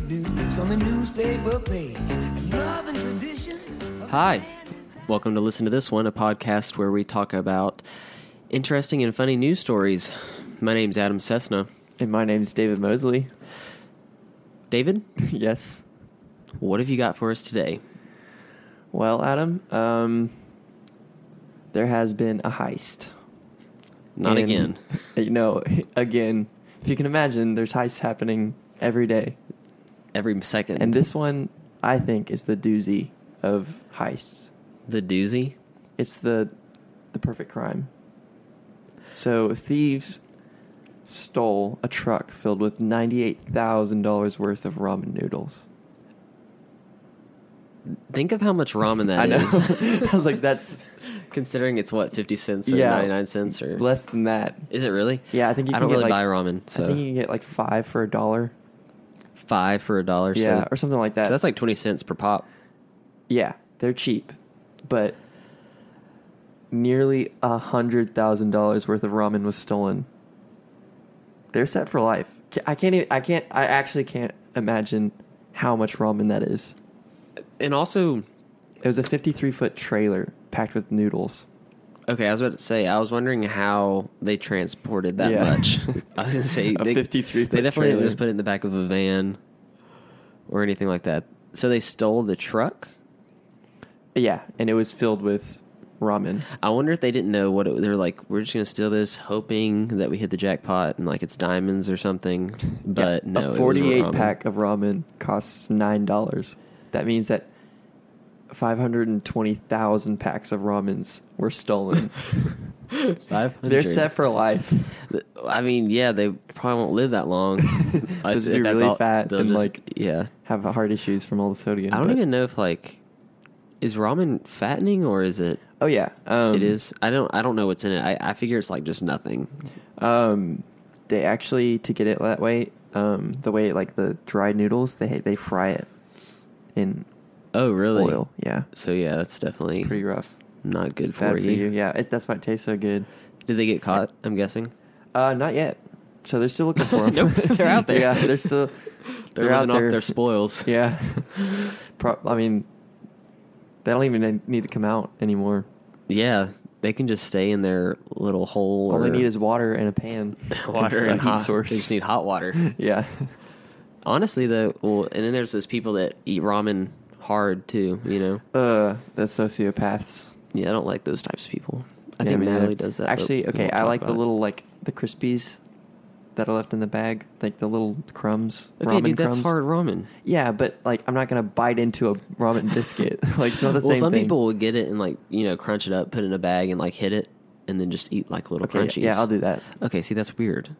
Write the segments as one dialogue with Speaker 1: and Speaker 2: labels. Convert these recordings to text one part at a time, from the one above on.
Speaker 1: on the newspaper page. Love and tradition.
Speaker 2: Hi, welcome to Listen to This One, a podcast where we talk about interesting and funny news stories. My name's Adam Cessna.
Speaker 3: And my name's David Mosley.
Speaker 2: David,
Speaker 3: yes.
Speaker 2: what have you got for us today?
Speaker 3: Well, Adam, um, there has been a heist.
Speaker 2: Not
Speaker 3: And-
Speaker 2: again.
Speaker 3: You know, again, if you can imagine, there's heists happening every day.
Speaker 2: Every second.
Speaker 3: And this one, I think, is the doozy of heists.
Speaker 2: the doozy.
Speaker 3: It's the the perfect crime. So thieves stole a truck filled with ninety-eight thousand dollars worth of ramen noodles.
Speaker 2: Think of how much ramen
Speaker 3: I
Speaker 2: that
Speaker 3: know.
Speaker 2: is.
Speaker 3: I was like, that's
Speaker 2: Considering it's what fifty cents or
Speaker 3: Yeah.
Speaker 2: ninety nine cents or
Speaker 3: less than that.
Speaker 2: is it really?
Speaker 3: Yeah, I think you
Speaker 2: I
Speaker 3: can
Speaker 2: don't
Speaker 3: get
Speaker 2: really
Speaker 3: like,
Speaker 2: buy ramen.
Speaker 3: I think you
Speaker 2: So
Speaker 3: can get like five for a dollar.
Speaker 2: five for a dollar.
Speaker 3: Yeah,
Speaker 2: so,
Speaker 3: or something like that.
Speaker 2: so that's like twenty cents per pop.
Speaker 3: yeah, they're cheap, but nearly a hundred thousand dollars worth of ramen was stolen. They're set for life. Ca- I can't. Even, I can't. I actually can't imagine how much ramen that is.
Speaker 2: And also,
Speaker 3: It was a fifty-three foot trailer packed with noodles.
Speaker 2: okay, I was about to say, I was wondering how they transported that
Speaker 3: Yeah.
Speaker 2: much. I was gonna say
Speaker 3: A
Speaker 2: they,
Speaker 3: 53
Speaker 2: They definitely
Speaker 3: foot
Speaker 2: didn't
Speaker 3: trailer.
Speaker 2: just put it in the back of a van or anything like that. So they stole the truck.
Speaker 3: Yeah, and it was filled with ramen.
Speaker 2: I wonder if they didn't know what it, they were like. We're just gonna steal this, hoping that we hit the jackpot and like it's diamonds or something. But
Speaker 3: Yeah,
Speaker 2: no, it
Speaker 3: a
Speaker 2: was
Speaker 3: forty-eight
Speaker 2: ramen.
Speaker 3: pack of ramen costs nine dollars. That means that five hundred and twenty thousand packs of ramens were stolen.
Speaker 2: 500.
Speaker 3: They're set for life.
Speaker 2: I mean, yeah, they probably won't live that long. I-
Speaker 3: Just
Speaker 2: if
Speaker 3: be
Speaker 2: that's
Speaker 3: really fat
Speaker 2: they'll
Speaker 3: and, like-
Speaker 2: yeah.
Speaker 3: Have heart issues from all the sodium.
Speaker 2: I don't
Speaker 3: but-
Speaker 2: even know if like is ramen fattening or is it
Speaker 3: Oh yeah, um,
Speaker 2: it is. I don't I don't know what's in it. I, I figure it's like just nothing.
Speaker 3: Um, they actually to get it that way, um, the way like the dried noodles, they they fry it in
Speaker 2: Oh, really?
Speaker 3: oil. Yeah,
Speaker 2: So yeah, that's definitely
Speaker 3: it's pretty rough.
Speaker 2: not good
Speaker 3: It's bad
Speaker 2: for, you.
Speaker 3: Yeah, it, that's why it tastes so good.
Speaker 2: Did they get caught? I'm guessing.
Speaker 3: Uh, not yet. So they're still looking for them.
Speaker 2: Nope, they're out there.
Speaker 3: yeah, they're still
Speaker 2: They're,
Speaker 3: they're out
Speaker 2: living
Speaker 3: there.
Speaker 2: off their spoils.
Speaker 3: Yeah. Pro- I mean, they don't even need to come out anymore.
Speaker 2: Yeah, they can just stay in their little hole.
Speaker 3: All
Speaker 2: or
Speaker 3: they need is water and a pan,
Speaker 2: water
Speaker 3: a
Speaker 2: and
Speaker 3: heat
Speaker 2: hot
Speaker 3: source.
Speaker 2: They just need hot water.
Speaker 3: yeah,
Speaker 2: Honestly, though, well, and then there's those people that eat ramen hard too. You know.
Speaker 3: uh, the sociopaths.
Speaker 2: Yeah, I don't like those types of people. I
Speaker 3: Yeah,
Speaker 2: think
Speaker 3: mean,
Speaker 2: Natalie
Speaker 3: they're-
Speaker 2: does that. but
Speaker 3: Actually,
Speaker 2: we
Speaker 3: okay,
Speaker 2: won't
Speaker 3: I
Speaker 2: talk
Speaker 3: like the
Speaker 2: about it.
Speaker 3: little like the crispies that are left in the bag, like the little crumbs.
Speaker 2: Okay,
Speaker 3: ramen
Speaker 2: dude, that's
Speaker 3: crumbs.
Speaker 2: hard ramen.
Speaker 3: Yeah, but like I'm not gonna bite into a ramen biscuit. like it's not the
Speaker 2: well,
Speaker 3: same
Speaker 2: some
Speaker 3: thing.
Speaker 2: people will get it and like you know crunch it up, put it in a bag, and like hit it, and then just eat like little
Speaker 3: okay,
Speaker 2: crunchies.
Speaker 3: yeah, I'll do that.
Speaker 2: Okay, see, that's weird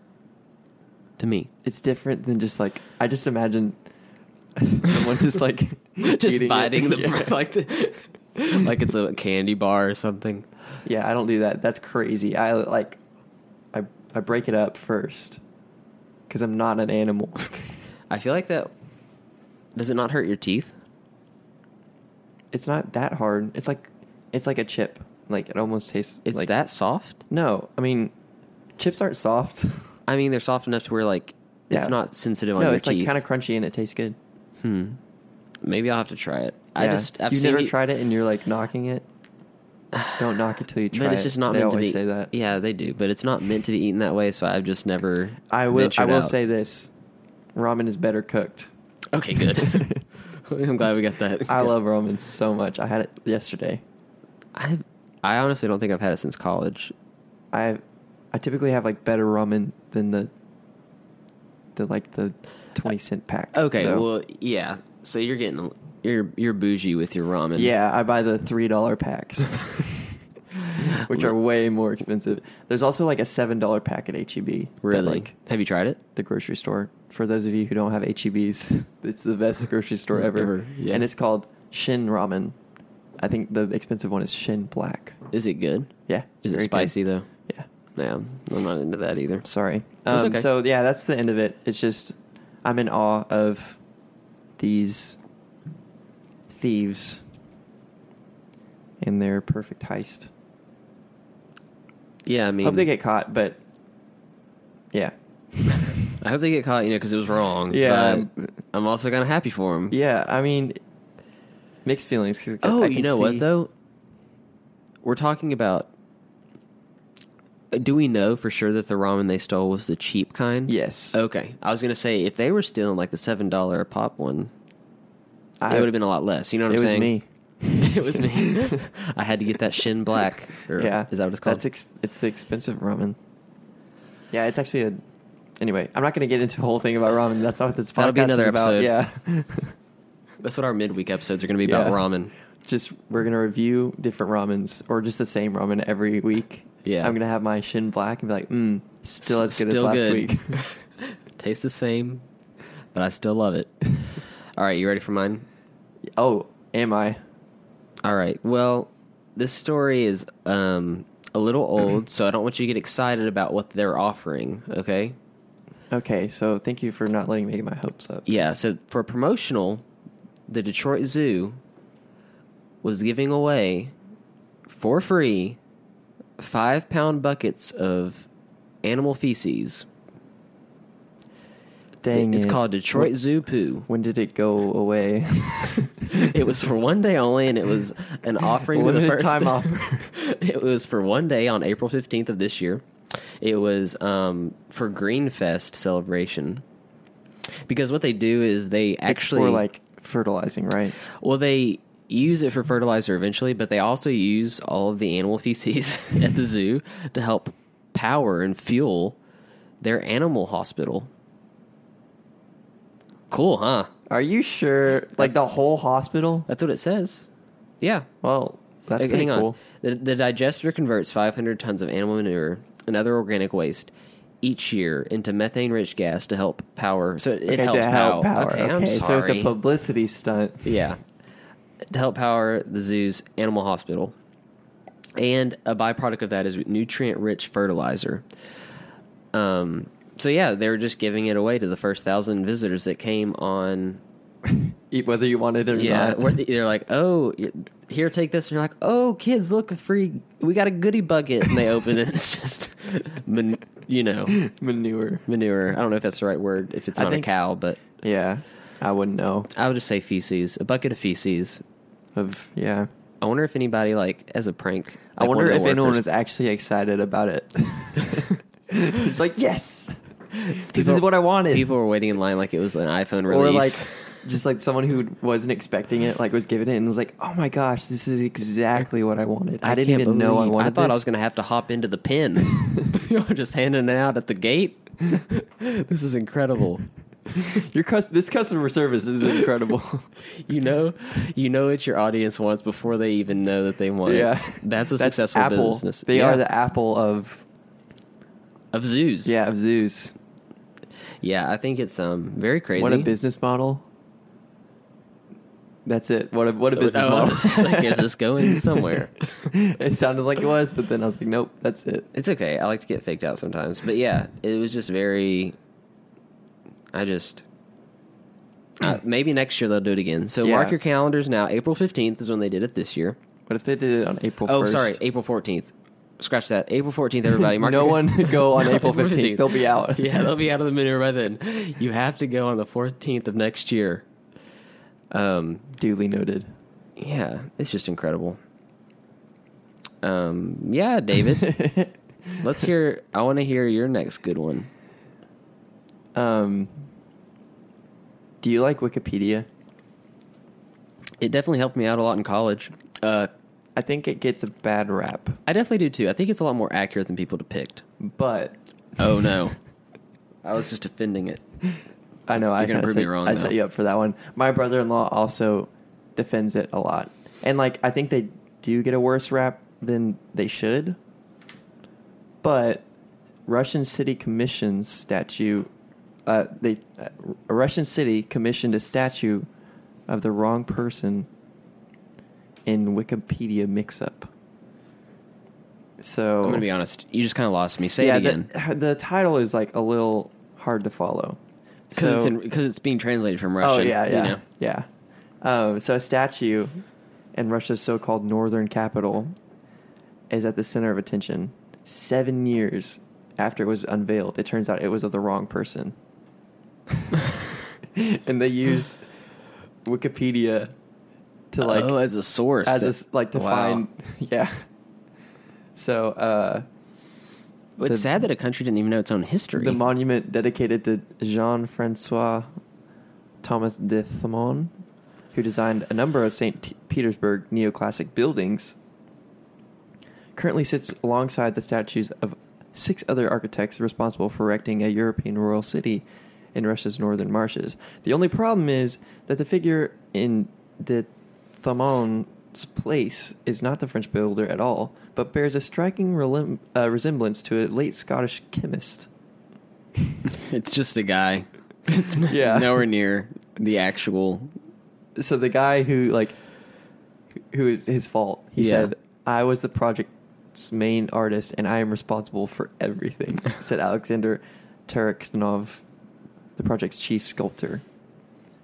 Speaker 2: to me.
Speaker 3: It's different than just like I just imagine someone just like
Speaker 2: Just
Speaker 3: eating it.
Speaker 2: biting the
Speaker 3: yeah.
Speaker 2: like the, like it's a candy bar or something.
Speaker 3: Yeah, I don't do that. That's crazy. I like, I I break it up first because I'm not an animal.
Speaker 2: I feel like that. Does it not hurt your teeth?
Speaker 3: it's not that hard. It's like it's like a chip. Like it almost tastes.
Speaker 2: It's
Speaker 3: like,
Speaker 2: that soft.
Speaker 3: No, I mean, chips aren't soft.
Speaker 2: I mean, they're soft enough to where like it's
Speaker 3: Yeah.
Speaker 2: not sensitive on
Speaker 3: no,
Speaker 2: your
Speaker 3: it's
Speaker 2: teeth. Hmm.
Speaker 3: like kind of crunchy and it tastes good.
Speaker 2: Maybe I'll have to try it. I
Speaker 3: Yeah.
Speaker 2: just I've
Speaker 3: you
Speaker 2: seen
Speaker 3: never
Speaker 2: you-
Speaker 3: tried it and you're like knocking it. Don't knock it till you try
Speaker 2: But it's
Speaker 3: it.
Speaker 2: just not
Speaker 3: they
Speaker 2: meant to
Speaker 3: always
Speaker 2: be.
Speaker 3: say that.
Speaker 2: Yeah, they do, but it's not meant to be eaten that way. So I've just never.
Speaker 3: I will. I
Speaker 2: ventured
Speaker 3: will
Speaker 2: out.
Speaker 3: say this: ramen is better cooked.
Speaker 2: Okay, good. I'm glad we got that.
Speaker 3: I love ramen so much. I had it yesterday.
Speaker 2: I I honestly don't think I've had it since college.
Speaker 3: I I typically have like better ramen than the the like the twenty cent pack.
Speaker 2: Uh, Okay,
Speaker 3: though.
Speaker 2: well, yeah. So you're getting you're you're bougie with your ramen.
Speaker 3: yeah, I buy the three dollar packs, which are way more expensive. There's also like a seven dollar pack at HEB. that,
Speaker 2: really.
Speaker 3: like
Speaker 2: have you tried it?
Speaker 3: the grocery store. For those of you who don't have HEBs, it's the best grocery store ever,
Speaker 2: Ever, yeah.
Speaker 3: and it's called Shin Ramen. I think the expensive one is Shin Black.
Speaker 2: Is it good?
Speaker 3: Yeah, it's
Speaker 2: Is it
Speaker 3: very good.
Speaker 2: spicy
Speaker 3: Yeah.
Speaker 2: though? Yeah, I'm not into that either.
Speaker 3: Sorry.
Speaker 2: That's
Speaker 3: Um,
Speaker 2: okay.
Speaker 3: So yeah, that's the end of it. It's just I'm in awe of these thieves and their perfect heist.
Speaker 2: Yeah, I mean,
Speaker 3: Hope they get caught, but yeah,
Speaker 2: I hope they get caught. You know, because it was wrong.
Speaker 3: yeah.
Speaker 2: but I'm also kind of happy for him.
Speaker 3: Yeah, I mean, mixed feelings. 'cause I-
Speaker 2: Oh,
Speaker 3: I
Speaker 2: you
Speaker 3: can
Speaker 2: know what
Speaker 3: see-
Speaker 2: though? We're talking about. Do we know for sure that the ramen they stole was the cheap kind?
Speaker 3: Yes,
Speaker 2: Okay, I was gonna say if they were stealing like the seven dollar a pop one,
Speaker 3: I-
Speaker 2: it would have been a lot less. You know
Speaker 3: It
Speaker 2: what I'm
Speaker 3: was
Speaker 2: saying?
Speaker 3: me.
Speaker 2: it was me. I had to get that Shin Black. Or
Speaker 3: yeah,
Speaker 2: is that what it's called?
Speaker 3: That's ex- it's the expensive ramen. Yeah, it's actually a. Anyway, I'm not going to get into the whole thing about ramen. That's not what this podcast
Speaker 2: That'll be
Speaker 3: is
Speaker 2: another
Speaker 3: about.
Speaker 2: episode.
Speaker 3: Yeah,
Speaker 2: That's what our midweek episodes are gonna be about
Speaker 3: Yeah.
Speaker 2: ramen.
Speaker 3: just we're going to review different ramens or just the same ramen every week.
Speaker 2: Yeah.
Speaker 3: I'm going to have my Shin Black and be like, mm, still as good as
Speaker 2: Still
Speaker 3: last
Speaker 2: good.
Speaker 3: week.
Speaker 2: Tastes the same, but I still love it. All right, you ready for mine?
Speaker 3: oh, am I?
Speaker 2: All right. Well, this story is um, a little old, so I don't want you to get excited about what they're offering. Okay.
Speaker 3: Okay, so thank you for not letting me get my hopes up.
Speaker 2: Yeah. So for promotional, the Detroit Zoo was giving away for free five pound buckets of animal feces.
Speaker 3: Dang
Speaker 2: it's
Speaker 3: it.
Speaker 2: called Detroit Zoo Poo.
Speaker 3: When did it go away?
Speaker 2: It was for one day only, and it was an offering to the
Speaker 3: Limited
Speaker 2: first
Speaker 3: time offer.
Speaker 2: it was for one day on April fifteenth of this year. It was um, for Greenfest celebration because what they do is they actually
Speaker 3: it's for like fertilizing, right?
Speaker 2: well they use it for fertilizer eventually, but they also use all of the animal feces at the zoo to help power and fuel their animal hospital. Cool, huh?
Speaker 3: Are you sure? Like the whole hospital?
Speaker 2: That's what it says. Yeah,
Speaker 3: Well, that's
Speaker 2: Okay,
Speaker 3: pretty
Speaker 2: hang
Speaker 3: cool.
Speaker 2: on. The, the digester converts 500 tons of animal manure and other organic waste each year into methane-rich gas to help power. So it, it
Speaker 3: Okay,
Speaker 2: helps
Speaker 3: to help
Speaker 2: pow-
Speaker 3: power.
Speaker 2: Okay, I'm
Speaker 3: so
Speaker 2: sorry.
Speaker 3: it's a publicity stunt.
Speaker 2: yeah, to help power the zoo's animal hospital, and a byproduct of that is nutrient-rich fertilizer. Um. So yeah, they were just giving it away to the first thousand visitors that came on
Speaker 3: E- Whether you wanted it or
Speaker 2: yeah,
Speaker 3: not.
Speaker 2: where they- they're like, "Oh, y- here, take this," and you're like, "Oh, kids, look, a free! We got a goodie bucket." And they open it, it's just, man, you know,
Speaker 3: Manure.
Speaker 2: manure. I don't know if that's the right word if it's
Speaker 3: I
Speaker 2: not a
Speaker 3: think-
Speaker 2: cow, but
Speaker 3: Yeah. I wouldn't know.
Speaker 2: I would just say feces, a bucket of feces.
Speaker 3: Of yeah.
Speaker 2: I wonder if anybody like as a prank.
Speaker 3: I
Speaker 2: like, one
Speaker 3: wonder
Speaker 2: of
Speaker 3: if
Speaker 2: the
Speaker 3: anyone
Speaker 2: workers-
Speaker 3: was actually excited about it. It's like, yes. this is
Speaker 2: People-
Speaker 3: what I wanted.
Speaker 2: People were waiting in line like it was an iPhone
Speaker 3: or
Speaker 2: release.
Speaker 3: like just like someone who wasn't expecting it, like was given it and was like, "Oh my gosh, this is exactly what I wanted." I, didn't
Speaker 2: can't
Speaker 3: even know I
Speaker 2: believe-
Speaker 3: wanted.
Speaker 2: I thought I
Speaker 3: this.
Speaker 2: was going to have to hop into the pen. you know, just handing it out at the gate. this is incredible.
Speaker 3: Your cus- this customer service is incredible.
Speaker 2: You know, you know what your audience wants before they even know that they want. it.
Speaker 3: yeah,
Speaker 2: that's a successful
Speaker 3: Apple.
Speaker 2: business.
Speaker 3: They
Speaker 2: Yeah.
Speaker 3: are the Apple of
Speaker 2: of zoos.
Speaker 3: yeah of zoos.
Speaker 2: yeah. I think it's um very crazy.
Speaker 3: What a business model. That's it. What a what a
Speaker 2: Oh,
Speaker 3: business
Speaker 2: I
Speaker 3: model.
Speaker 2: was just like, is this going somewhere?
Speaker 3: it sounded like it was, but then I was like, nope, that's it.
Speaker 2: It's okay. I like to get faked out sometimes, but yeah, it was just very. I just. Uh, maybe next year they'll do it again. So
Speaker 3: Hmm. Yeah.
Speaker 2: mark your calendars now. April fifteenth is when they did it this year.
Speaker 3: What if they did it on April?
Speaker 2: Oh,
Speaker 3: 1st?
Speaker 2: sorry, April fourteenth. Scratch that. April fourteenth, everybody. Mark
Speaker 3: no
Speaker 2: your-
Speaker 3: one could go on April
Speaker 2: 15th.
Speaker 3: fifteenth. They'll be out.
Speaker 2: yeah, they'll be out of the manure by then. You have to go on the 14th of next year. Um,
Speaker 3: Duly noted.
Speaker 2: yeah, it's just incredible. Um, yeah, David. let's hear. I want to hear your next good one.
Speaker 3: Um, do you like Wikipedia?
Speaker 2: It definitely helped me out a lot in college. Uh,
Speaker 3: I think it gets a bad rap,
Speaker 2: I definitely do too. I think it's a lot more accurate than people depict.
Speaker 3: but
Speaker 2: Oh no, I was just defending it.
Speaker 3: I know I
Speaker 2: You're gonna
Speaker 3: kinda
Speaker 2: prove me
Speaker 3: set-
Speaker 2: wrong,
Speaker 3: I
Speaker 2: though.
Speaker 3: set you up for that one. My brother-in-law also defends it a lot, and like I think they do get a worse rap than they should. But Russian city commissions statue. Uh, they uh, a Russian city commissioned a statue of the wrong person in Wikipedia mix-up. So
Speaker 2: I'm gonna be honest. You just kind of lost me. Say it
Speaker 3: the-
Speaker 2: again
Speaker 3: The, title is like a little hard to follow.
Speaker 2: because it's
Speaker 3: So-
Speaker 2: in because it's being translated from
Speaker 3: oh
Speaker 2: Russian.
Speaker 3: yeah
Speaker 2: you
Speaker 3: yeah
Speaker 2: know.
Speaker 3: yeah. Um, so a statue in Russia's so-called northern capital is at the center of attention. Seven years after it was unveiled, it turns out it was of the wrong person. and they used Wikipedia to like
Speaker 2: oh, as a source,
Speaker 3: as a,
Speaker 2: that-
Speaker 3: s- like to
Speaker 2: wow.
Speaker 3: find yeah. So uh,
Speaker 2: Well, It's
Speaker 3: the-
Speaker 2: sad that a country didn't even know its own history.
Speaker 3: the monument dedicated to Jean Francois Thomas de Thomond, who designed a number of St. T- Petersburg neoclassic buildings, currently sits alongside the statues of six other architects responsible for erecting a European royal city in Russia's northern marshes. The only problem is that the figure in de Thomond's place is not the French builder at all, but bears a striking relim- uh, resemblance to a late Scottish chemist.
Speaker 2: it's just a guy. It's n-
Speaker 3: Yeah.
Speaker 2: nowhere near the actual.
Speaker 3: so the guy who like who is his fault he
Speaker 2: Yeah.
Speaker 3: said i was the project's main artist and i am responsible for everything said alexander tarakhnov the project's chief sculptor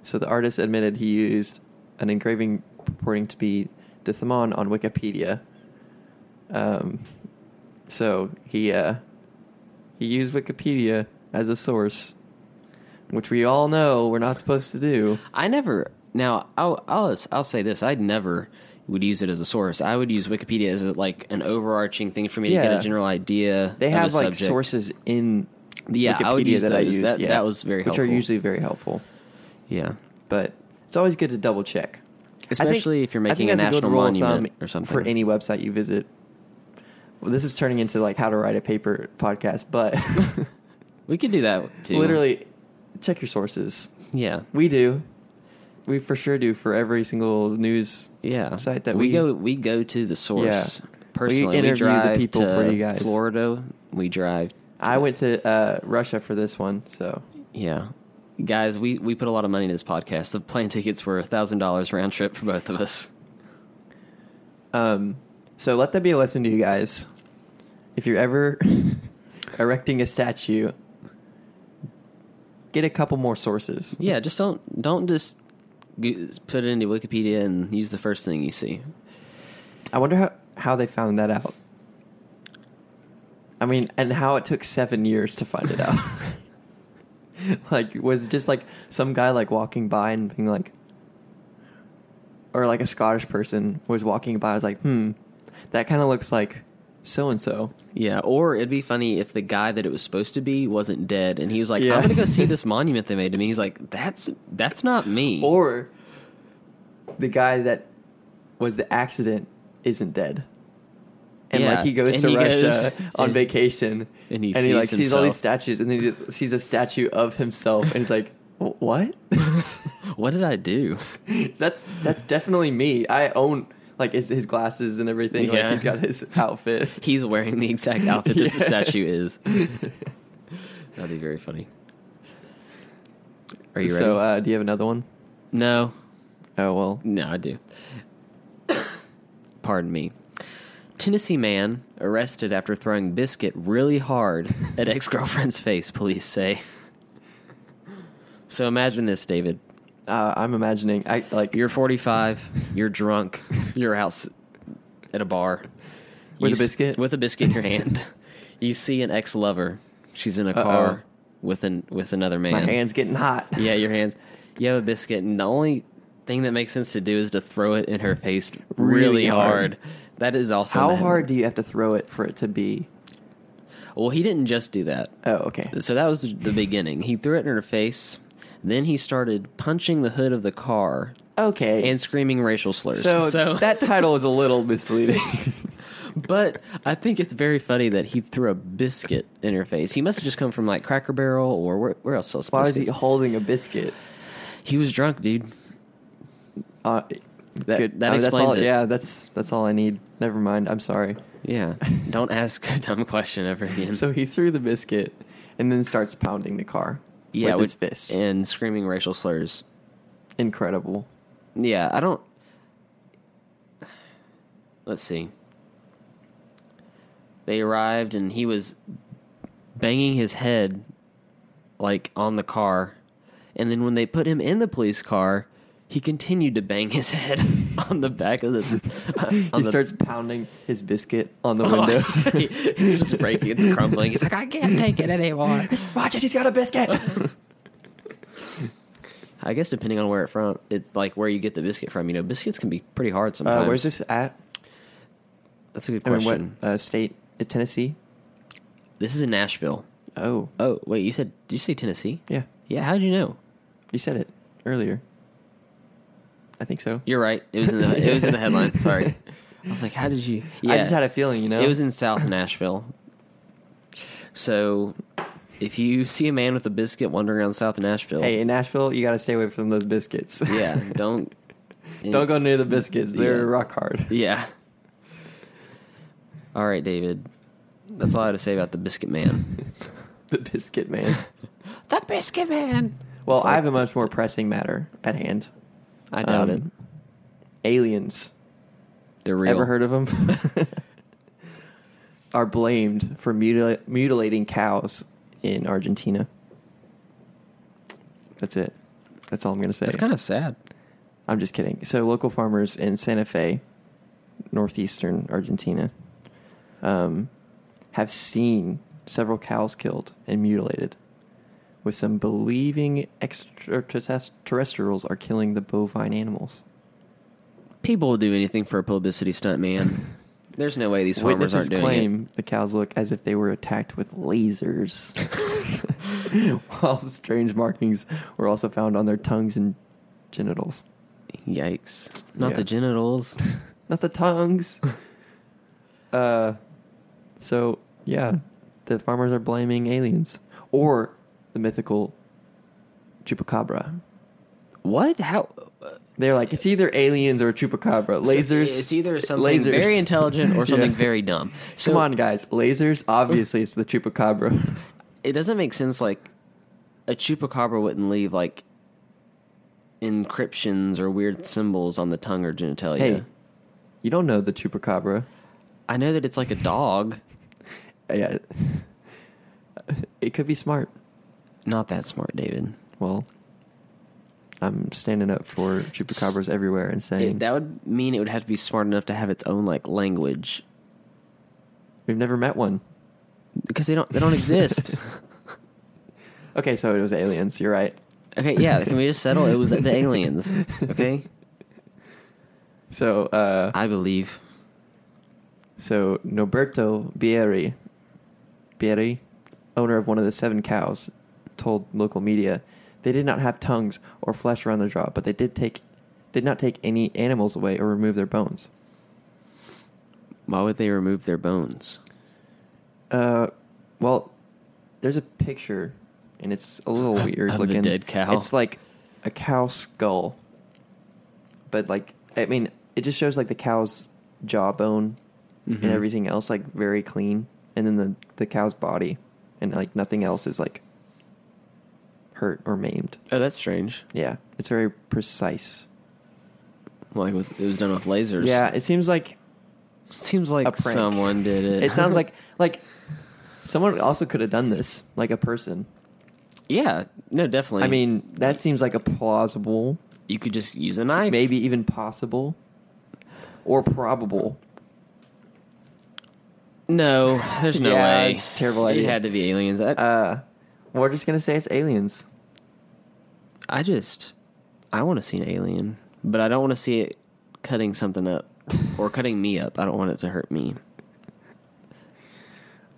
Speaker 3: so the artist admitted he used an engraving purporting to be Dithamon on wikipedia um, so he uh, he used wikipedia as a source which we all know we're not supposed to do
Speaker 2: I never. Now, I'll, I'll I'll say this: I'd never would use it as a source. I would use Wikipedia as a, like an overarching thing for me to get
Speaker 3: Yeah.
Speaker 2: a general idea.
Speaker 3: They
Speaker 2: of
Speaker 3: have
Speaker 2: a
Speaker 3: like
Speaker 2: subject.
Speaker 3: sources in
Speaker 2: Yeah,
Speaker 3: Wikipedia
Speaker 2: I would use
Speaker 3: that I
Speaker 2: those.
Speaker 3: use.
Speaker 2: That-
Speaker 3: yeah.
Speaker 2: that was very
Speaker 3: Which
Speaker 2: helpful.
Speaker 3: are usually very helpful,
Speaker 2: Yeah,
Speaker 3: but it's always good to double check,
Speaker 2: Especially if you're
Speaker 3: I
Speaker 2: making
Speaker 3: think
Speaker 2: a
Speaker 3: that's good
Speaker 2: national
Speaker 3: rule of
Speaker 2: monument
Speaker 3: thumb
Speaker 2: or something.
Speaker 3: for any website you visit. Well, this is turning into like how to write a paper podcast, but
Speaker 2: we could do that too.
Speaker 3: literally check your sources.
Speaker 2: Yeah.
Speaker 3: We do, we for sure do for every single news.
Speaker 2: Yeah.
Speaker 3: site that
Speaker 2: we,
Speaker 3: we-
Speaker 2: go we go to the source.
Speaker 3: Yeah.
Speaker 2: Personally,
Speaker 3: We interview the
Speaker 2: drive
Speaker 3: people
Speaker 2: to
Speaker 3: for you guys.
Speaker 2: Florida. We drive.
Speaker 3: I went to uh, Russia for this one, so
Speaker 2: Yeah. Guys, we, we put a lot of money into this podcast. The plane tickets were thousand dollars round trip for both of us.
Speaker 3: Um, so let that be a lesson to you guys. If you're ever erecting a statue, get a couple more sources.
Speaker 2: Yeah, just don't don't just go- put it into Wikipedia and use the first thing you see.
Speaker 3: I wonder how, how they found that out. I mean, and how it took seven years to find it out. like, was it just like some guy like walking by and being like, or like a Scottish person was walking by, was like, hmm, that kind of looks like so and so.
Speaker 2: Yeah, or it'd be funny if the guy that it was supposed to be wasn't dead, and he was like,
Speaker 3: Yeah.
Speaker 2: "I'm gonna go see this monument they made to me." He's like, "That's that's not me."
Speaker 3: Or the guy that was the accident isn't dead. And
Speaker 2: Yeah,
Speaker 3: like he goes
Speaker 2: and
Speaker 3: to
Speaker 2: he
Speaker 3: Russia
Speaker 2: goes-
Speaker 3: on
Speaker 2: and-
Speaker 3: vacation
Speaker 2: and he
Speaker 3: he
Speaker 2: sees
Speaker 3: like sees all these
Speaker 2: himself.
Speaker 3: statues and then he sees a statue of himself and he's like, "Wh- What?
Speaker 2: what did I do?
Speaker 3: that's that's definitely me. I own like his, his glasses and everything. Like
Speaker 2: Yeah.
Speaker 3: he's got his outfit.
Speaker 2: He's wearing the exact outfit that the
Speaker 3: Yeah.
Speaker 2: statue is. That'd be very funny. Are you ready?
Speaker 3: So uh, do you have another one?
Speaker 2: no,
Speaker 3: Oh well.
Speaker 2: no, I do. Pardon me. Tennessee man arrested after throwing biscuit really hard at ex girlfriend's face. Police say. So imagine this, David.
Speaker 3: Uh, I'm imagining I like
Speaker 2: You're 45. You're drunk. You're out s- at a bar You
Speaker 3: With a
Speaker 2: s-
Speaker 3: biscuit?
Speaker 2: with a biscuit in your hand. you see an ex-lover. She's in a car with an with another man.
Speaker 3: my hands getting hot.
Speaker 2: Yeah, your hands. You have a biscuit, and the only thing that makes sense to do is to throw it in her face really,
Speaker 3: Really hard.
Speaker 2: hard. That is also
Speaker 3: How
Speaker 2: mad.
Speaker 3: hard do you have to throw it for it to be?
Speaker 2: Well, he didn't just do that.
Speaker 3: Oh, okay.
Speaker 2: So that was the beginning. He threw it in her face. Then he started punching the hood of the car
Speaker 3: Okay.
Speaker 2: and screaming racial slurs.
Speaker 3: So,
Speaker 2: so
Speaker 3: that title is a little misleading.
Speaker 2: But I think it's very funny that he threw a biscuit in her face. He must have just come from like Cracker Barrel or where, where else sells
Speaker 3: Why was he
Speaker 2: biscuits?
Speaker 3: holding a biscuit?
Speaker 2: He was drunk, dude.
Speaker 3: Uh,
Speaker 2: That,
Speaker 3: good.
Speaker 2: that
Speaker 3: Uh, that's
Speaker 2: explains
Speaker 3: all,
Speaker 2: it.
Speaker 3: Yeah, that's that's all I need. Never mind. I'm sorry.
Speaker 2: Yeah. Don't ask a dumb question ever again.
Speaker 3: So he threw the biscuit and then starts pounding the car
Speaker 2: yeah,
Speaker 3: with his
Speaker 2: with-
Speaker 3: fists.
Speaker 2: and screaming racial slurs.
Speaker 3: Incredible.
Speaker 2: Yeah, I don't. Let's see. They arrived and he was banging his head like on the car. And then when they put him in the police car, he continued to bang his head on the back of the. on
Speaker 3: He
Speaker 2: the- Oh,
Speaker 3: starts pounding his biscuit on the window.
Speaker 2: it's just breaking. It's crumbling. He's like, I can't take it anymore.
Speaker 3: Uh, Watch it. He's got a biscuit.
Speaker 2: I guess depending on where it from, it's like where you get the biscuit from. You know, biscuits can be pretty hard sometimes.
Speaker 3: Uh, where's this at?
Speaker 2: That's a good
Speaker 3: I
Speaker 2: question.
Speaker 3: mean, what uh, state? Uh, Tennessee.
Speaker 2: This is in Nashville.
Speaker 3: Oh,
Speaker 2: Oh wait, you said did you say Tennessee?
Speaker 3: yeah.
Speaker 2: Yeah, how did you know?
Speaker 3: You said it earlier. I think so.
Speaker 2: You're right. It was in the it was in the headline. Sorry, I was like, how did you?
Speaker 3: I just had a feeling, you know.
Speaker 2: It was in South Nashville. So, if you see a man with a biscuit wandering around South Nashville,
Speaker 3: hey, in Nashville, you got to stay away from those biscuits.
Speaker 2: yeah, don't
Speaker 3: Don't go near the biscuits. They're
Speaker 2: Yeah.
Speaker 3: rock hard.
Speaker 2: Yeah. All right, David. That's all I had to say about the biscuit man.
Speaker 3: the biscuit man.
Speaker 2: the biscuit man.
Speaker 3: Well,
Speaker 2: It's like-
Speaker 3: I have a much more pressing matter at hand.
Speaker 2: I doubt
Speaker 3: um,
Speaker 2: it.
Speaker 3: Aliens.
Speaker 2: They're real.
Speaker 3: Ever heard of them? are blamed for mutil- mutilating cows in Argentina. That's it. That's all I'm going to say.
Speaker 2: That's kind of sad.
Speaker 3: I'm just kidding. So local farmers in Santa Fe, northeastern Argentina, um, have seen several cows killed and mutilated, with some believing extraterrestrials are killing the bovine animals.
Speaker 2: People will do anything for a publicity stunt, man. There's no way these farmers
Speaker 3: Witnesses
Speaker 2: aren't doing it.
Speaker 3: claim the cows look as if they were attacked with lasers. While strange markings were also found on their tongues and genitals.
Speaker 2: Yikes! Not
Speaker 3: Yeah.
Speaker 2: the genitals.
Speaker 3: not the tongues. uh, so yeah, the farmers are blaming aliens or the mythical chupacabra.
Speaker 2: what? How?
Speaker 3: They're like it's either aliens or chupacabra. Lasers.
Speaker 2: It's either something very intelligent or something very dumb. So
Speaker 3: Come on, guys! Lasers. Obviously, it's the chupacabra.
Speaker 2: it doesn't make sense. Like a chupacabra wouldn't leave like encryptions or weird symbols on the tongue or genitalia.
Speaker 3: Hey, you don't know the chupacabra. Uh,
Speaker 2: I know that it's like a dog.
Speaker 3: Yeah, it could be smart.
Speaker 2: Not that smart, David.
Speaker 3: Well, I'm standing up for chupacabras everywhere and saying
Speaker 2: It, that would mean it would have to be smart enough to have its own like language
Speaker 3: we've never met one.
Speaker 2: because they don't they don't exist.
Speaker 3: Okay, so it was aliens. You're right.
Speaker 2: Okay, yeah. Can we just settle? It was the aliens. Okay,
Speaker 3: So, uh,
Speaker 2: I believe.
Speaker 3: so Norberto Bieri, Bieri, owner of one of the seven cows, told local media they did not have tongues or flesh around their jaw, but they did take, did not take any animals away or remove their bones.
Speaker 2: Why would they remove their bones?
Speaker 3: Uh, well, there's a picture, and it's a little weird
Speaker 2: Of the
Speaker 3: looking.
Speaker 2: dead cow.
Speaker 3: It's like a cow skull, but like I mean, it just shows like the cow's jawbone
Speaker 2: Mhm.
Speaker 3: and everything else like very clean, and then the the cow's body, and like nothing else is like hurt or maimed.
Speaker 2: Oh, that's strange.
Speaker 3: Yeah, it's very precise.
Speaker 2: Like with, it was done with lasers.
Speaker 3: Yeah, it seems like
Speaker 2: seems like
Speaker 3: a prank.
Speaker 2: someone did it.
Speaker 3: it sounds like like someone also could have done this, like a person.
Speaker 2: yeah, no, definitely.
Speaker 3: I mean, that seems like a plausible,
Speaker 2: you could just use a knife.
Speaker 3: maybe even possible, or probable.
Speaker 2: No, there's no
Speaker 3: Yeah,
Speaker 2: way.
Speaker 3: it's a terrible
Speaker 2: It
Speaker 3: idea.
Speaker 2: had to be aliens. I,
Speaker 3: Uh, we're just gonna say it's aliens.
Speaker 2: I just, I want to see an alien, but I don't want to see it cutting something up or cutting me up. I don't want it to hurt me.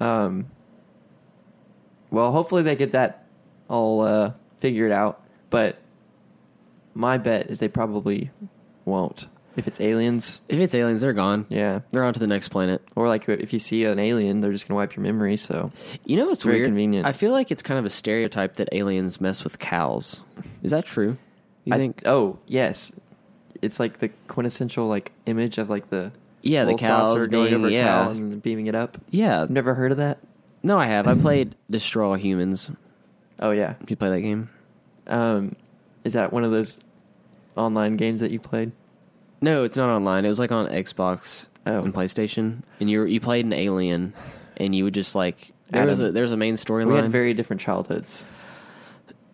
Speaker 3: Um, well, hopefully they get that all uh, figured out. But my bet is they probably won't. If it's aliens,
Speaker 2: If it's aliens, they're gone.
Speaker 3: yeah.
Speaker 2: They're on to the next planet.
Speaker 3: Or like if you see an alien, they're just gonna wipe your memory. So
Speaker 2: You know what's
Speaker 3: Very
Speaker 2: weird?
Speaker 3: convenient.
Speaker 2: I feel like it's kind of a stereotype that aliens mess with cows. Is that true? You
Speaker 3: I
Speaker 2: think?
Speaker 3: Oh yes, it's like the quintessential like image of like the
Speaker 2: Yeah, the
Speaker 3: little
Speaker 2: cows
Speaker 3: saucer going
Speaker 2: being-
Speaker 3: over a
Speaker 2: yeah.
Speaker 3: cow and then beaming it up.
Speaker 2: yeah.
Speaker 3: I've never heard of that.
Speaker 2: No, I have. I played Destroy All Humans.
Speaker 3: Oh yeah,
Speaker 2: Did you play that game?
Speaker 3: um, is that one of those online games that you played?
Speaker 2: No, it's not online. It was like on Xbox
Speaker 3: Oh.
Speaker 2: and PlayStation, and you were, you played an alien, and you would just like there was
Speaker 3: Adam,
Speaker 2: a there was a main
Speaker 3: We had
Speaker 2: storyline.
Speaker 3: very different childhoods.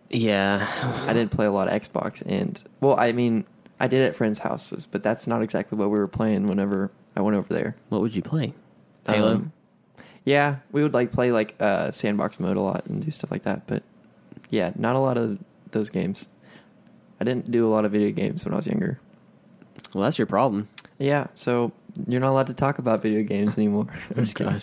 Speaker 2: yeah,
Speaker 3: I didn't play a lot of Xbox, and well, I mean, I did at friends' houses, but that's not exactly what we were playing. Whenever I went over there,
Speaker 2: what would you play? Halo.
Speaker 3: Um, yeah, we would like play like uh, sandbox mode a lot and do stuff like that. But yeah, not a lot of those games. I didn't do a lot of video games when I was younger.
Speaker 2: Well, that's your problem.
Speaker 3: Yeah, so you're not allowed to talk about video games anymore.
Speaker 2: Oh,
Speaker 3: I'm just kidding.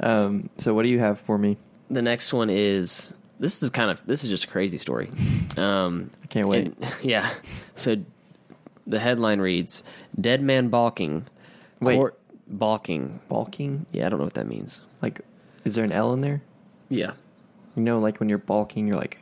Speaker 3: Um, so what do you have for me?
Speaker 2: The next one is this is kind of this is just a crazy story. Um,
Speaker 3: I can't wait.
Speaker 2: and- yeah. So the headline reads Dead Man Balking.
Speaker 3: Wait.
Speaker 2: balking.
Speaker 3: Balking?
Speaker 2: Yeah, I don't know what that means.
Speaker 3: Like, is there an L in there?
Speaker 2: Yeah.
Speaker 3: You know, like when you're balking, you're like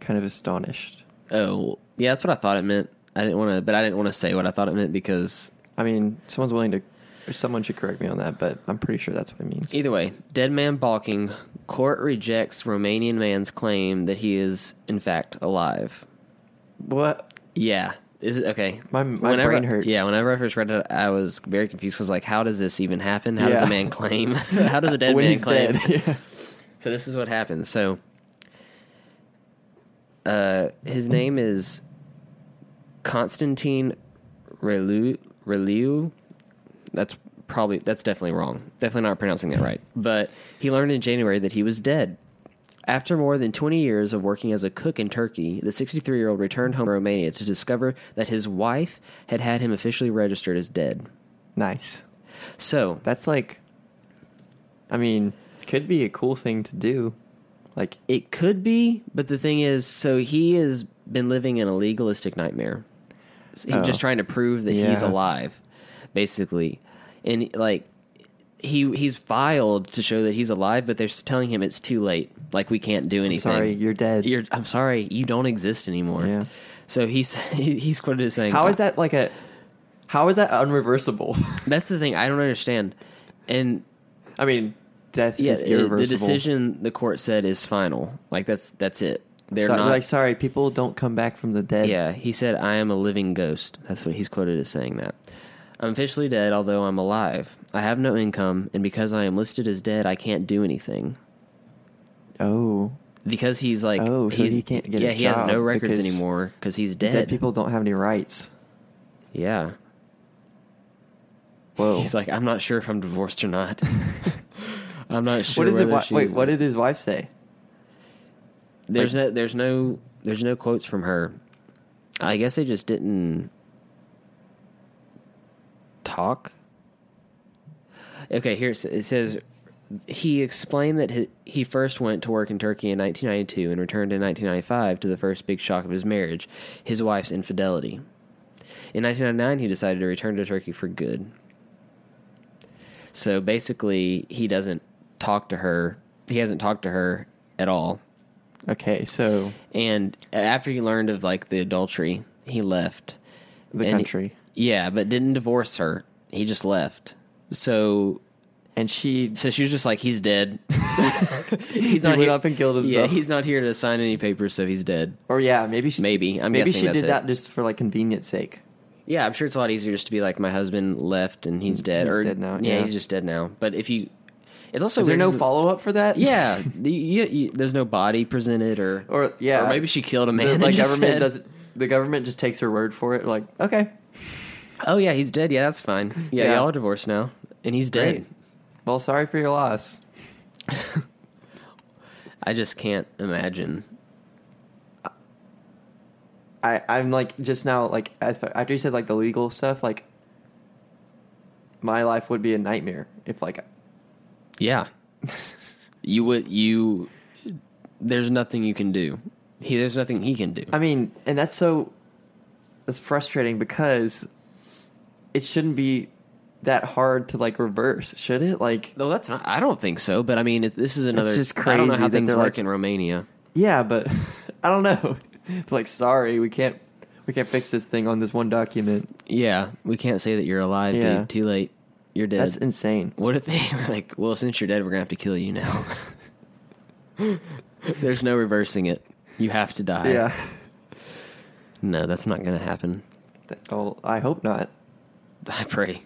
Speaker 3: kind of astonished.
Speaker 2: Oh, yeah, that's what I thought it meant. I didn't want to, but I didn't want to say what I thought it meant because
Speaker 3: I mean, someone's willing to, or someone should correct me on that, but I'm pretty sure that's what it means.
Speaker 2: either way, dead man balking, court rejects Romanian man's claim that he is in fact alive.
Speaker 3: What?
Speaker 2: Yeah. Is it okay?
Speaker 3: My- my brain hurts.
Speaker 2: Yeah, whenever I first read it, I was very confused. 'cause I was like, how does this even happen? How does a
Speaker 3: Yeah.
Speaker 2: man claim? how does a dead
Speaker 3: when
Speaker 2: man
Speaker 3: he's
Speaker 2: claim?
Speaker 3: dead. yeah.
Speaker 2: So this is what happens. So uh, his name is Constantine Relu Reliu. That's probably that's definitely wrong. Definitely not pronouncing that right. But he learned in January that he was dead. After more than 20 years of working as a cook in Turkey, the 63 year old returned home to Romania to discover that his wife had had him officially registered as dead.
Speaker 3: Nice.
Speaker 2: So,
Speaker 3: That's like, I mean, could be a cool thing to do. Like,
Speaker 2: It could be, but the thing is, so he has been living in a legalistic nightmare. So He's just
Speaker 3: Oh.
Speaker 2: trying to prove that he's
Speaker 3: Yeah.
Speaker 2: alive, basically, and like he he's filed to show that he's alive, but they're s- telling him it's too late. Like we can't do anything.
Speaker 3: sorry, you're dead.
Speaker 2: You're- I'm sorry, you don't exist anymore.
Speaker 3: Yeah.
Speaker 2: So he's he's quoted as saying,
Speaker 3: how is that like a? How is that unreversible?
Speaker 2: That's the thing I don't understand, and
Speaker 3: I mean, death
Speaker 2: yeah,
Speaker 3: is
Speaker 2: it-
Speaker 3: irreversible.
Speaker 2: the decision the court said is final. Like that's that's it. They're
Speaker 3: So-
Speaker 2: not
Speaker 3: like, sorry, people don't come back from the dead.
Speaker 2: Yeah, he said, I am a living ghost. That's what he's quoted as saying that. I'm officially dead, although I'm alive. I have no income, and because I am listed as dead, I can't do anything.
Speaker 3: Oh,
Speaker 2: Because he's like,
Speaker 3: Oh, so
Speaker 2: he's,
Speaker 3: he can't get a
Speaker 2: Yeah, he has
Speaker 3: job
Speaker 2: no records
Speaker 3: because
Speaker 2: anymore because he's dead.
Speaker 3: dead. people don't have any rights.
Speaker 2: Yeah.
Speaker 3: Whoa.
Speaker 2: He's like, I'm not sure if I'm divorced or not. I'm not sure.
Speaker 3: what is it?
Speaker 2: whether
Speaker 3: Why,
Speaker 2: she's-
Speaker 3: wait, what did his wife say?
Speaker 2: There's no, there's no, there's no quotes from her. I guess they just didn't talk. Okay, here's it says he explained that he, he first went to work in Turkey in 1992 and returned in 1995 to the first big shock of his marriage, his wife's infidelity. In 1999, he decided to return to Turkey for good. So basically, he doesn't talk to her. He hasn't talked to her at all
Speaker 3: Okay, so
Speaker 2: and after he learned of like the adultery, he left.
Speaker 3: the
Speaker 2: And-
Speaker 3: country,
Speaker 2: Yeah, but didn't divorce her. He just left. So
Speaker 3: and she
Speaker 2: so she was just like, he's dead. he's
Speaker 3: He went up and killed
Speaker 2: Yeah,
Speaker 3: himself.
Speaker 2: he's not here to sign any papers, so he's dead.
Speaker 3: Or yeah, maybe she's,
Speaker 2: Maybe. I'm
Speaker 3: maybe
Speaker 2: guessing
Speaker 3: she
Speaker 2: that's
Speaker 3: did
Speaker 2: it.
Speaker 3: that just for like convenience sake.
Speaker 2: Yeah, I'm sure it's a lot easier just to be like, my husband left and he's dead.
Speaker 3: He's
Speaker 2: or
Speaker 3: dead now,
Speaker 2: Yeah,
Speaker 3: yeah.
Speaker 2: he's just dead now. But if you, it's also
Speaker 3: Is there
Speaker 2: weird
Speaker 3: no
Speaker 2: because-
Speaker 3: follow up for that?
Speaker 2: Yeah, the, you, you, there's no body presented or
Speaker 3: Or yeah,
Speaker 2: or maybe she killed a man.
Speaker 3: The,
Speaker 2: and
Speaker 3: like
Speaker 2: just
Speaker 3: government
Speaker 2: said-
Speaker 3: doesn't. The government just takes her word for it. Like okay,
Speaker 2: Oh yeah, he's dead. Yeah, that's fine. Yeah,
Speaker 3: Yeah.
Speaker 2: y'all are divorced now, and he's dead.
Speaker 3: great. Well, sorry for your loss.
Speaker 2: I just can't imagine.
Speaker 3: I I'm like just now like as far, after you said like the legal stuff like. My life would be a nightmare if like
Speaker 2: Yeah. you would you there's nothing you can do. He there's nothing he can do.
Speaker 3: I mean, and that's so that's frustrating because it shouldn't be that hard to like reverse, should it? Like
Speaker 2: Though that's not I don't think so, but I mean it, this is another
Speaker 3: just
Speaker 2: I don't know
Speaker 3: crazy
Speaker 2: how
Speaker 3: that
Speaker 2: things
Speaker 3: they're
Speaker 2: work
Speaker 3: like-
Speaker 2: in Romania.
Speaker 3: Yeah, but I don't know. It's like sorry, we can't we can't fix this thing on this one document.
Speaker 2: Yeah, we can't say that you're alive,
Speaker 3: Yeah.
Speaker 2: dude. Too late. You're dead.
Speaker 3: That's insane.
Speaker 2: what if they were like, "Well, since you're dead, we're going to have to kill you now." there's no reversing it. You have to die.
Speaker 3: Yeah.
Speaker 2: No, that's not going to happen.
Speaker 3: Oh, I hope not.
Speaker 2: I pray.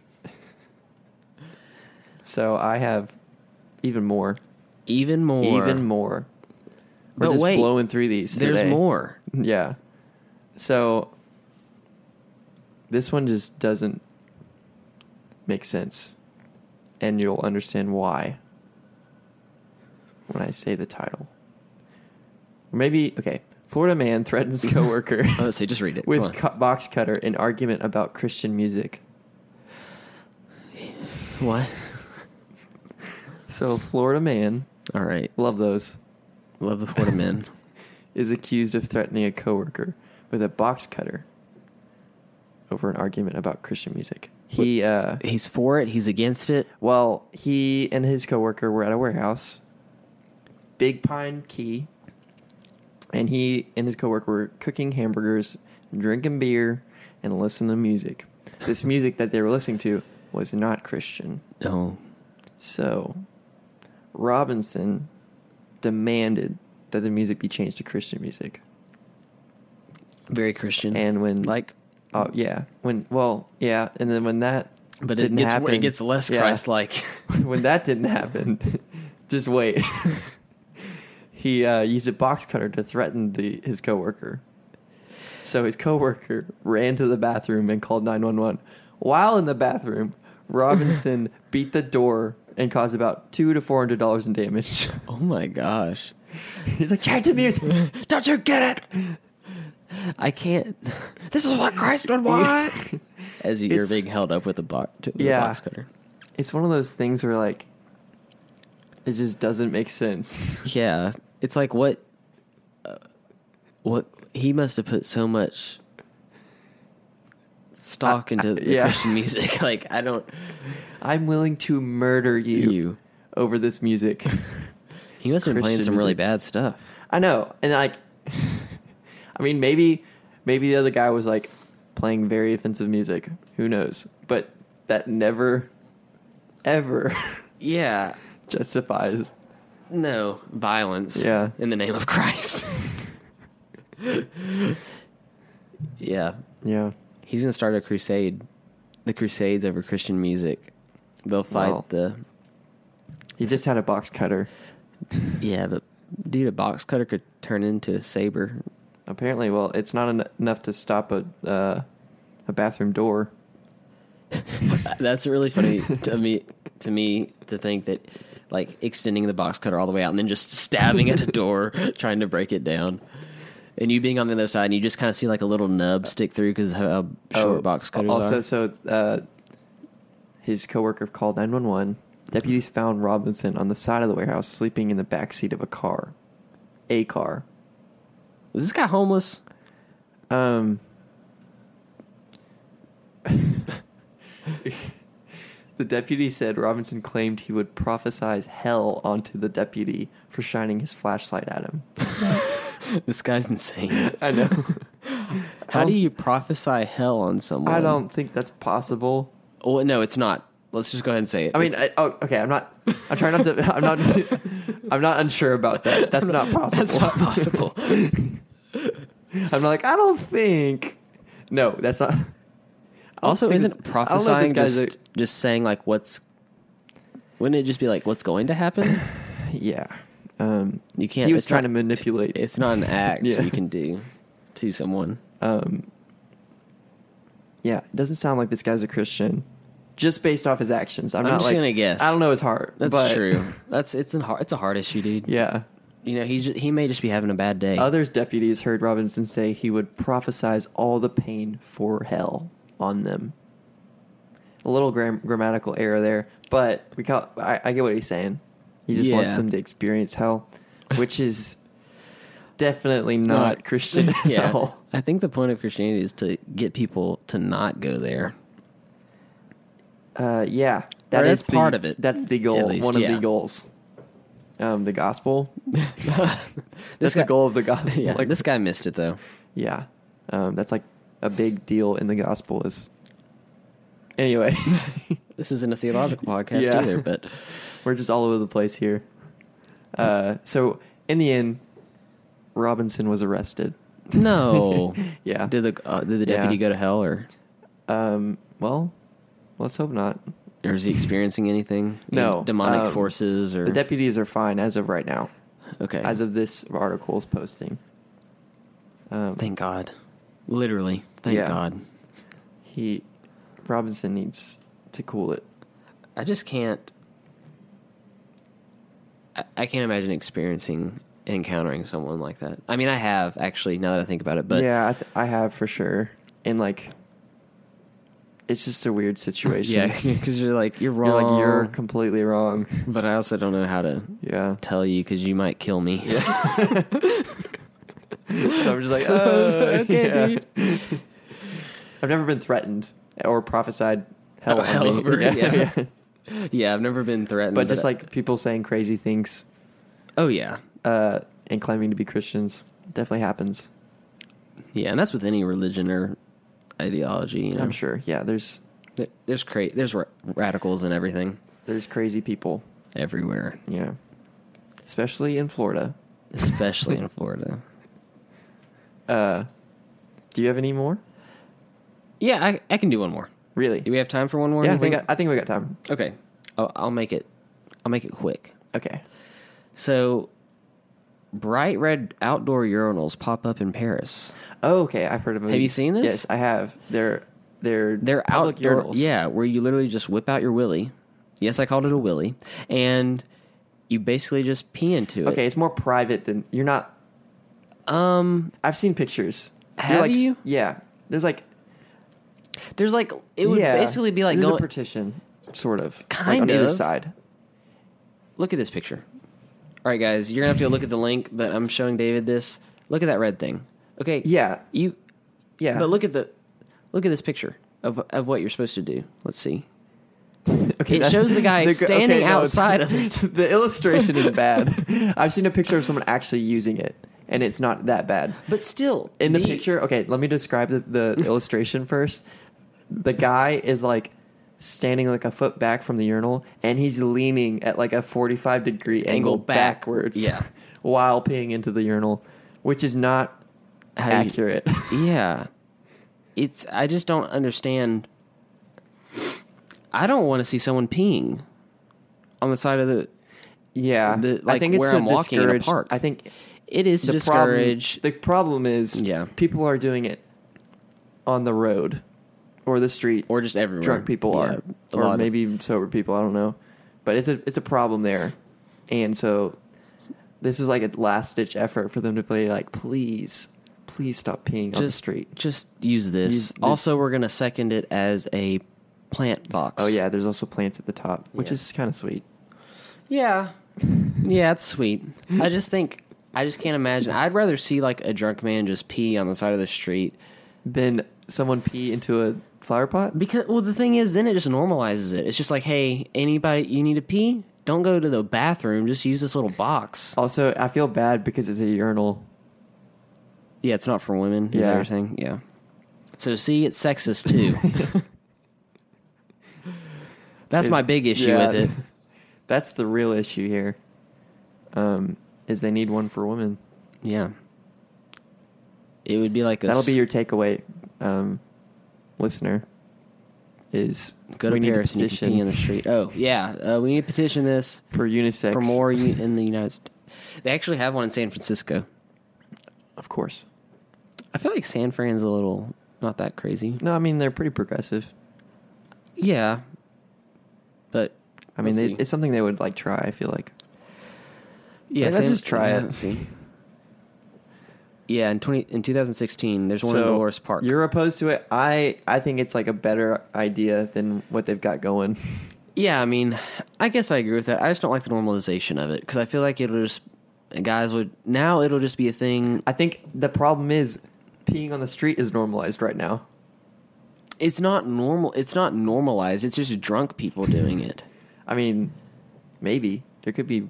Speaker 3: So I have even more,
Speaker 2: Even more.
Speaker 3: even more. We're
Speaker 2: But
Speaker 3: just
Speaker 2: wait,
Speaker 3: blowing through these.
Speaker 2: There's
Speaker 3: today.
Speaker 2: more.
Speaker 3: Yeah. So this one just doesn't make sense. And you'll understand why when I say the title. Or maybe okay. Florida man threatens coworker
Speaker 2: I would say Oh, just read it. Come
Speaker 3: with
Speaker 2: on.
Speaker 3: cut box cutter in argument about Christian music.
Speaker 2: what?
Speaker 3: So Florida man,
Speaker 2: All right.
Speaker 3: love those,
Speaker 2: Love the Florida men.
Speaker 3: is accused of threatening a coworker with a box cutter over an argument about Christian music. He uh
Speaker 2: He's for it. He's against it.
Speaker 3: Well, he and his coworker were at a warehouse, Big Pine Key, and he and his coworker were cooking hamburgers, drinking beer, and listening to music. This music that they were listening to was not Christian.
Speaker 2: No.
Speaker 3: So, Robinson demanded that the music be changed to Christian music.
Speaker 2: Very Christian.
Speaker 3: And when
Speaker 2: like,
Speaker 3: oh yeah, when well yeah, and then when that
Speaker 2: but it
Speaker 3: didn't
Speaker 2: gets
Speaker 3: happen,
Speaker 2: it gets less
Speaker 3: yeah.
Speaker 2: Christ-like.
Speaker 3: when that didn't happen, just wait. he uh, used a box cutter to threaten the his coworker. So his coworker ran to the bathroom and called 911. While in the bathroom, Robinson beat the door and caused about two to four hundred dollars in damage.
Speaker 2: oh my gosh.
Speaker 3: He's like, check the music.
Speaker 2: Don't you get it? I can't. this is what Christ would want. As you- you're
Speaker 3: It's-
Speaker 2: being held up with a, bo- to- with
Speaker 3: Yeah.
Speaker 2: a box cutter.
Speaker 3: It's one of those things where like it just doesn't make sense.
Speaker 2: Yeah, it's like what, uh, what he must have put so much stock into the
Speaker 3: yeah.
Speaker 2: Christian music. Like I don't
Speaker 3: I'm willing to murder you,
Speaker 2: you.
Speaker 3: over this music.
Speaker 2: He must have been playing
Speaker 3: Christian
Speaker 2: some really
Speaker 3: music.
Speaker 2: bad stuff.
Speaker 3: I know, and like, I mean, maybe, maybe the other guy was like playing very offensive music. Who knows? But that never, ever
Speaker 2: Yeah,
Speaker 3: justifies.
Speaker 2: no violence.
Speaker 3: Yeah.
Speaker 2: in the name of Christ. yeah,
Speaker 3: Yeah,
Speaker 2: he's gonna start a crusade. The crusades over Christian music. They'll fight
Speaker 3: Well.
Speaker 2: the
Speaker 3: he just had a box cutter.
Speaker 2: yeah, but dude, a box cutter could turn into a saber.
Speaker 3: Apparently, well, it's not en- enough to stop a uh, a bathroom door.
Speaker 2: That's really funny to me. To me, to think that like extending the box cutter all the way out and then just stabbing at a door, trying to break it down, and you being on the other side, and you just kind of see like a little nub stick through because how short
Speaker 3: Oh,
Speaker 2: box cutters
Speaker 3: Also,
Speaker 2: are.
Speaker 3: so uh, his coworker called nine one one. Deputies found Robinson on the side of the warehouse, sleeping in the back seat of a car, a car.
Speaker 2: Is this guy homeless?
Speaker 3: Um, the deputy said Robinson claimed he would prophesize hell onto the deputy for shining his flashlight at him.
Speaker 2: This guy's insane.
Speaker 3: I know.
Speaker 2: How do you prophesy hell on someone?
Speaker 3: I don't think that's possible.
Speaker 2: Well, no, it's not. Let's just go ahead and say it.
Speaker 3: I mean,
Speaker 2: It's-
Speaker 3: I, oh, okay. I'm not. I'm trying not to. I'm not. I'm not unsure about that. That's not possible.
Speaker 2: that's not possible.
Speaker 3: I'm not like. I don't think. No, that's not.
Speaker 2: also,
Speaker 3: think
Speaker 2: isn't
Speaker 3: this- I don't know if
Speaker 2: prophesying
Speaker 3: this
Speaker 2: just,
Speaker 3: guy's
Speaker 2: just saying like what's? Wouldn't it just be like what's going to happen?
Speaker 3: Yeah. Um,
Speaker 2: You can't.
Speaker 3: he was
Speaker 2: it's not-
Speaker 3: trying to manipulate.
Speaker 2: It's not an act
Speaker 3: Yeah.
Speaker 2: you can do to someone.
Speaker 3: Um, yeah, it doesn't sound like this guy's a Christian, just based off his actions. I'm,
Speaker 2: I'm
Speaker 3: not
Speaker 2: just
Speaker 3: like,
Speaker 2: gonna guess.
Speaker 3: I don't know his heart.
Speaker 2: That's
Speaker 3: but-
Speaker 2: true. That's it's a hard it's a hard issue, dude.
Speaker 3: Yeah.
Speaker 2: You know, he's ju- he may just be having a bad day.
Speaker 3: Others deputies heard Robinson say he would prophesize all the pain for hell on them. A little gram- grammatical error there, but we call, I, I get what he's saying. He just wants
Speaker 2: Yeah.
Speaker 3: them to experience hell, which is definitely not, Christian at
Speaker 2: yeah.
Speaker 3: all.
Speaker 2: I think the point of Christianity is to get people to not go there.
Speaker 3: Uh,
Speaker 2: Or
Speaker 3: yeah, that
Speaker 2: that's
Speaker 3: is the-
Speaker 2: part of it,
Speaker 3: That's the goal.
Speaker 2: at least,
Speaker 3: one of
Speaker 2: yeah.
Speaker 3: the goals. Um, the gospel. that's
Speaker 2: guy-
Speaker 3: the goal of the gospel.
Speaker 2: Yeah,
Speaker 3: like,
Speaker 2: this guy missed it though.
Speaker 3: yeah. Um, that's like a big deal in the gospel. Is anyway,
Speaker 2: This isn't a theological podcast
Speaker 3: Yeah.
Speaker 2: either, but
Speaker 3: we're just all over the place here. Uh, so in the end, Robinson was arrested.
Speaker 2: no.
Speaker 3: Yeah.
Speaker 2: Did the uh, did the
Speaker 3: Yeah.
Speaker 2: deputy go to hell or
Speaker 3: Um, well, let's hope not.
Speaker 2: or is he experiencing anything? Any
Speaker 3: No,
Speaker 2: demonic
Speaker 3: um,
Speaker 2: forces or
Speaker 3: The deputies are fine as of right now,
Speaker 2: okay.
Speaker 3: as of this article's posting. Um,
Speaker 2: Thank God. Literally. Thank
Speaker 3: Yeah.
Speaker 2: God.
Speaker 3: He Robinson needs to cool it.
Speaker 2: I just can't. I, I can't imagine experiencing encountering someone like that. I mean, I have actually. Now that I think about it, but
Speaker 3: yeah, I, th- I have for sure. And like, it's just a weird situation.
Speaker 2: yeah, because you're like you're
Speaker 3: you're
Speaker 2: wrong.
Speaker 3: like you're completely wrong.
Speaker 2: but I also don't know how to
Speaker 3: Yeah.
Speaker 2: tell you because you might kill me.
Speaker 3: So I'm just like,
Speaker 2: So I was like,
Speaker 3: "Oh,
Speaker 2: okay,
Speaker 3: yeah."
Speaker 2: dude.
Speaker 3: I've never been threatened or prophesied hell,
Speaker 2: Oh,
Speaker 3: on
Speaker 2: hell
Speaker 3: me.
Speaker 2: over, yeah. Yeah, I've never been threatened,
Speaker 3: But just
Speaker 2: I-
Speaker 3: like people saying crazy things
Speaker 2: oh yeah,
Speaker 3: uh, and claiming to be Christians definitely happens.
Speaker 2: yeah, and that's with any religion or ideology. You know?
Speaker 3: I'm sure. Yeah, there's
Speaker 2: There- There's cra- there's ra- radicals and everything
Speaker 3: there's crazy people.
Speaker 2: everywhere,
Speaker 3: Yeah, especially in Florida.
Speaker 2: especially in Florida.
Speaker 3: Uh, do you have any more?
Speaker 2: Yeah, I, I can do one more.
Speaker 3: Really?
Speaker 2: Do we have time for one more?
Speaker 3: yeah,
Speaker 2: you
Speaker 3: we
Speaker 2: think?
Speaker 3: got. I think we got time.
Speaker 2: Okay, I'll, I'll make it. I'll make it quick.
Speaker 3: Okay.
Speaker 2: So, bright red outdoor urinals pop up in Paris.
Speaker 3: Oh, okay. I've heard of.
Speaker 2: Have you seen this?
Speaker 3: Yes, I have. They're they're
Speaker 2: They're
Speaker 3: public
Speaker 2: outdoor,
Speaker 3: urinals.
Speaker 2: yeah, where you literally just whip out your willy. Yes, I called it a willy, and you basically just pee into it.
Speaker 3: Okay, it's more private than you're not. Um, I've seen pictures. You're
Speaker 2: Have
Speaker 3: like, s-
Speaker 2: you?
Speaker 3: Yeah. There's like
Speaker 2: There's like it would
Speaker 3: yeah,
Speaker 2: basically be like
Speaker 3: there's
Speaker 2: going.
Speaker 3: a partition, sort of, like,
Speaker 2: Kind
Speaker 3: on either
Speaker 2: of.
Speaker 3: side.
Speaker 2: look at this picture. All right, guys, you're gonna have to go look at the link, but I'm showing David this. Look at that red thing. Okay.
Speaker 3: Yeah.
Speaker 2: You.
Speaker 3: Yeah.
Speaker 2: But look at the look at this picture of of what you're supposed to do. Let's see.
Speaker 3: Okay,
Speaker 2: It shows the guy
Speaker 3: gr-
Speaker 2: standing
Speaker 3: no, it's-
Speaker 2: outside of it.
Speaker 3: The illustration is bad. I've seen a picture of someone actually using it, and it's not that bad.
Speaker 2: But still,
Speaker 3: In the
Speaker 2: do you-
Speaker 3: picture, okay, let me describe the, the illustration first. The guy is like standing like a foot back from the urinal, and he's leaning at like a 45 degree angle,
Speaker 2: Angle back-
Speaker 3: backwards
Speaker 2: yeah.
Speaker 3: while peeing into the urinal, which is not
Speaker 2: how do you-
Speaker 3: accurate.
Speaker 2: yeah. It's I just don't understand. I don't want to see someone peeing on the side of the.
Speaker 3: yeah.
Speaker 2: The- like, where
Speaker 3: to
Speaker 2: I'm walking in a
Speaker 3: discourage-
Speaker 2: park.
Speaker 3: I think
Speaker 2: It is to
Speaker 3: the problem-
Speaker 2: discourage.
Speaker 3: the problem is
Speaker 2: Yeah.
Speaker 3: people are doing it on the road or the street
Speaker 2: or just everywhere.
Speaker 3: drunk people
Speaker 2: Yeah,
Speaker 3: are
Speaker 2: a lot
Speaker 3: or
Speaker 2: of-
Speaker 3: maybe sober people, I don't know. But it's a it's a problem there. And so this is like a last ditch effort for them to play like please please stop peeing on the street.
Speaker 2: Just use this.
Speaker 3: Use this.
Speaker 2: Also, we're gonna second it as a plant box.
Speaker 3: Oh yeah, there's also plants at the top, which
Speaker 2: Yeah.
Speaker 3: is kind of sweet.
Speaker 2: yeah, yeah. It's sweet. I just think I just can't imagine. I'd rather see like a drunk man just pee on the side of the street
Speaker 3: Then someone pee into a flower pot?
Speaker 2: because well, the thing is, then it just normalizes it. It's just like, hey, anybody, you need to pee? Don't go to the bathroom. Just use this little box.
Speaker 3: Also, I feel bad because it's a urinal.
Speaker 2: Yeah, it's not for women. Is
Speaker 3: Yeah.
Speaker 2: that everything? Yeah. So see, it's sexist too. That's my big issue
Speaker 3: Yeah.
Speaker 2: with it.
Speaker 3: That's the real issue here. Um, is they need one for women.
Speaker 2: Yeah. It would be like a
Speaker 3: That'll
Speaker 2: s-
Speaker 3: be your takeaway, um, listener. Is
Speaker 2: go to
Speaker 3: we need
Speaker 2: Paris and
Speaker 3: to
Speaker 2: you can
Speaker 3: petition
Speaker 2: pee in the street. Oh yeah, uh, we need to petition this
Speaker 3: for unisex
Speaker 2: for more u- in the United. States. They actually have one in San Francisco.
Speaker 3: Of course.
Speaker 2: I feel like San Fran's a little not that crazy.
Speaker 3: No, I mean they're pretty progressive.
Speaker 2: Yeah, but
Speaker 3: I mean,
Speaker 2: we'll
Speaker 3: they,
Speaker 2: see.
Speaker 3: it's something they would like try. I feel like.
Speaker 2: yeah,
Speaker 3: let's just try it.
Speaker 2: we'll see. Yeah, in twenty in 2016, there's one in Dolores Park.
Speaker 3: You're opposed to it. I I think it's like a better idea than what they've got going.
Speaker 2: Yeah, I mean, I guess I agree with that. I just don't like the normalization of it because I feel like it'll just guys would now it'll just be a thing.
Speaker 3: I think the problem is peeing on the street is normalized right now.
Speaker 2: It's not normal. It's not normalized. It's just drunk people doing it.
Speaker 3: I mean, maybe there could be.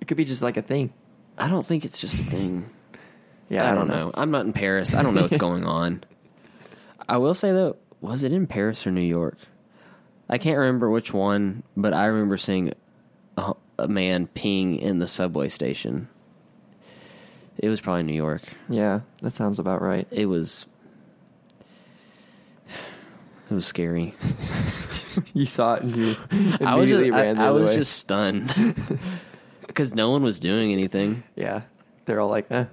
Speaker 3: It could be just like a thing.
Speaker 2: I don't think it's just a thing.
Speaker 3: Yeah, I,
Speaker 2: don't, know. I'm not in Paris. I don't know what's going on. I will say though, was it in Paris or New York? I can't remember which one, but I remember seeing a, a man peeing in the subway station. It was probably New York.
Speaker 3: Yeah, that sounds about right.
Speaker 2: It was. It was scary.
Speaker 3: You saw it and you immediately
Speaker 2: I was just, I,
Speaker 3: ran the
Speaker 2: I
Speaker 3: other
Speaker 2: was
Speaker 3: way.
Speaker 2: just stunned because no one was doing anything.
Speaker 3: yeah. They're all like, eh,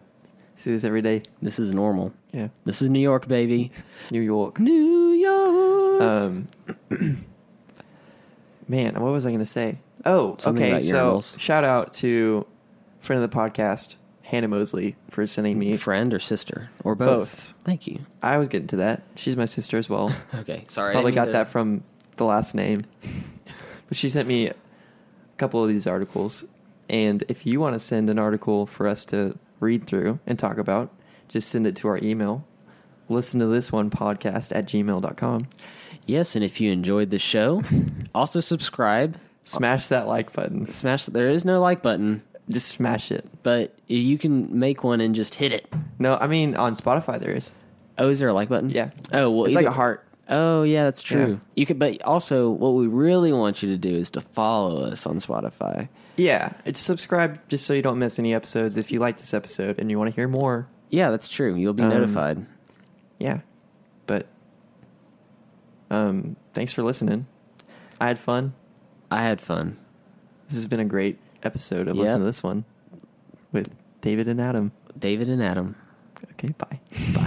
Speaker 3: see this every day.
Speaker 2: This is normal.
Speaker 3: Yeah,
Speaker 2: This is New York, baby.
Speaker 3: New York.
Speaker 2: New York.
Speaker 3: Um, man, what was I going to say? Oh,
Speaker 2: Something
Speaker 3: okay.
Speaker 2: about
Speaker 3: So
Speaker 2: urinals.
Speaker 3: shout out to friend of the podcast, Hannah Mosley, for sending me.
Speaker 2: Friend or sister or both?
Speaker 3: Both.
Speaker 2: Thank you.
Speaker 3: I was getting to that. She's my sister as well.
Speaker 2: Okay, sorry. I
Speaker 3: Probably
Speaker 2: didn't
Speaker 3: got
Speaker 2: mean to-
Speaker 3: that from the last name. but she sent me a couple of these articles. And if you want to send an article for us to read through and talk about, just send it to our email. Listen to this one podcast at gmail.com.
Speaker 2: Yes, and if you enjoyed the show, also subscribe.
Speaker 3: Smash that like button.
Speaker 2: Smash. There is no like button,
Speaker 3: Just smash it.
Speaker 2: but you can make one and just hit it.
Speaker 3: No, I mean, on Spotify there is.
Speaker 2: Oh, is there a like button?
Speaker 3: Yeah.
Speaker 2: Oh well,
Speaker 3: it's like
Speaker 2: either-
Speaker 3: a heart.
Speaker 2: Oh yeah, that's true.
Speaker 3: Yeah.
Speaker 2: You could, but also what we really want you to do is to follow us on Spotify.
Speaker 3: Yeah, it's subscribe just so you don't miss any episodes. If you like this episode and you want to hear more,
Speaker 2: Yeah, that's true. You'll be
Speaker 3: Um,
Speaker 2: notified.
Speaker 3: yeah. But um, thanks for listening. I had fun.
Speaker 2: I had fun.
Speaker 3: This has been a great episode of
Speaker 2: Yep.
Speaker 3: Listen to This One with David and Adam.
Speaker 2: David and Adam.
Speaker 3: Okay, bye.
Speaker 2: Bye.